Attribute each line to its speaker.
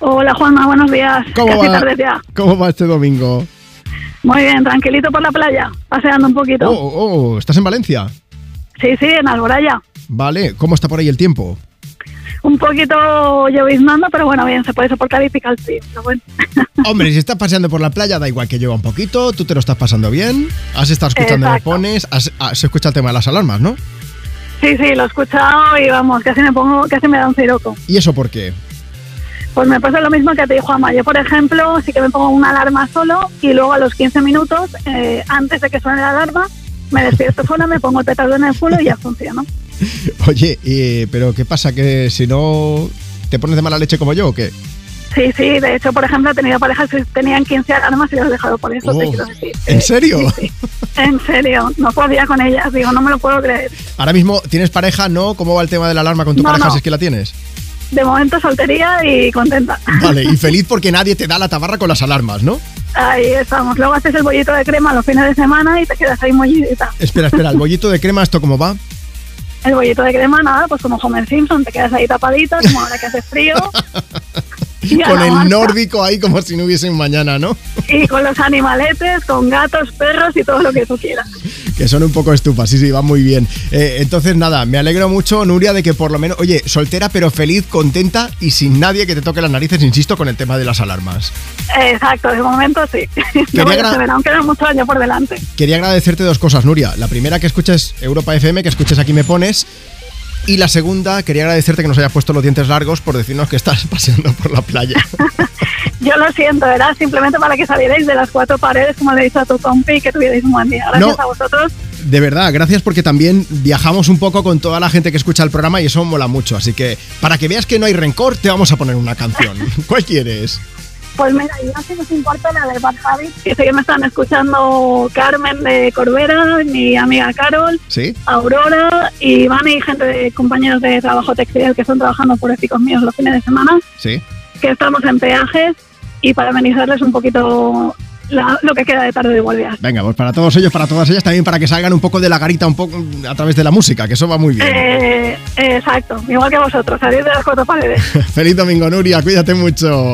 Speaker 1: Hola Juanma, buenos días.
Speaker 2: ¿Cómo
Speaker 1: Casi
Speaker 2: va?
Speaker 1: tarde ya.
Speaker 2: ¿Cómo va este domingo?
Speaker 1: Muy bien, tranquilito por la playa, paseando un poquito.
Speaker 2: Oh, oh, oh, ¿estás en Valencia?
Speaker 1: Sí, sí, en Alboraya.
Speaker 2: Vale, ¿cómo está por ahí el tiempo?
Speaker 1: Un poquito lloviznando, pero bueno, bien, se puede soportar y pica el frío. pero bueno.
Speaker 2: Hombre, si estás paseando por la playa, da igual que llueva un poquito, tú te lo estás pasando bien, has estado escuchando me
Speaker 1: Exacto.
Speaker 2: pones, has- ah, se escucha el tema de las alarmas, ¿no?
Speaker 1: Sí, sí, lo he escuchado y vamos, casi me pongo, casi me da un ciroco.
Speaker 2: ¿Y eso por qué?
Speaker 1: Pues me pasa lo mismo que a ti, Juanma. Yo, por ejemplo, sí que me pongo una alarma solo y luego a los 15 minutos, eh, antes de que suene la alarma, me despierto sola, me pongo el petardo en el culo y ya funciona.
Speaker 2: Oye, eh, pero ¿qué pasa? ¿Que si no te pones de mala leche como yo o qué?
Speaker 1: Sí, sí, de hecho, por ejemplo, he tenido parejas que tenían 15 alarmas y las he dejado por eso, te
Speaker 2: Oh,
Speaker 1: quiero decir.
Speaker 2: ¿En serio?
Speaker 1: En serio, no podía con ellas, digo, no me lo puedo creer.
Speaker 2: Ahora mismo, ¿tienes pareja? ¿No? ¿Cómo va el tema de la alarma con tu
Speaker 1: No,
Speaker 2: pareja
Speaker 1: no.
Speaker 2: si es que la tienes?
Speaker 1: De momento soltería y contenta.
Speaker 2: Vale, y feliz porque nadie te da la tabarra con las alarmas, ¿no?
Speaker 1: Ahí estamos. Luego haces el bollito de crema los fines de semana y te quedas ahí mullidita.
Speaker 2: Espera, espera, el bollito de crema, ¿esto cómo va?
Speaker 1: El bollito de crema, nada, pues como Homer Simpson, te quedas ahí tapadita, como ahora que hace frío. Y a
Speaker 2: Con
Speaker 1: la
Speaker 2: el
Speaker 1: marcha.
Speaker 2: nórdico ahí como si no hubiesen mañana, ¿no?
Speaker 1: Y con los animaletes, con gatos, perros y todo lo que tú quieras.
Speaker 2: Que son un poco estufas, sí, sí, va muy bien. Eh, entonces, nada, me alegro mucho, Nuria, de que por lo menos, oye, soltera pero feliz, contenta y sin nadie que te toque las narices, insisto, con el tema de las alarmas.
Speaker 1: Exacto, de momento sí. No voy a
Speaker 2: gra-
Speaker 1: esperar, aún quedan muchos años por delante.
Speaker 2: Quería agradecerte dos cosas, Nuria. La primera, que escuches Europa FM, que escuches Aquí Me Pones. Y la segunda, quería agradecerte que nos hayas puesto los dientes largos por decirnos que estás paseando por la playa.
Speaker 1: Yo lo siento, era simplemente para que salierais de las cuatro paredes, como le he dicho a tu compi, y que tuvierais un buen día. Gracias
Speaker 2: No.
Speaker 1: a vosotros.
Speaker 2: De verdad, gracias porque también viajamos un poco con toda la gente que escucha el programa y eso mola mucho. Así que, para que veas que no hay rencor, te vamos a poner una canción. ¿Cuál quieres?
Speaker 1: Pues mira, yo no sé si os importa la del Bad Habit, que sé que me están escuchando Carmen de Corbera, mi amiga Carol,
Speaker 2: ¿Sí?
Speaker 1: Aurora, Iván y gente de compañeros de trabajo textil que están trabajando por chicos míos los fines de semana,
Speaker 2: Sí.
Speaker 1: que estamos en peajes y para amenizarles un poquito la- lo que queda de tarde de guardias.
Speaker 2: Venga, pues para todos ellos, para todas ellas, también para que salgan un poco de la garita un poco mm, a través de la música, que eso va muy bien.
Speaker 1: Eh, exacto, igual que vosotros, salir de las cuatro paredes.
Speaker 2: Feliz domingo, Nuria, cuídate mucho.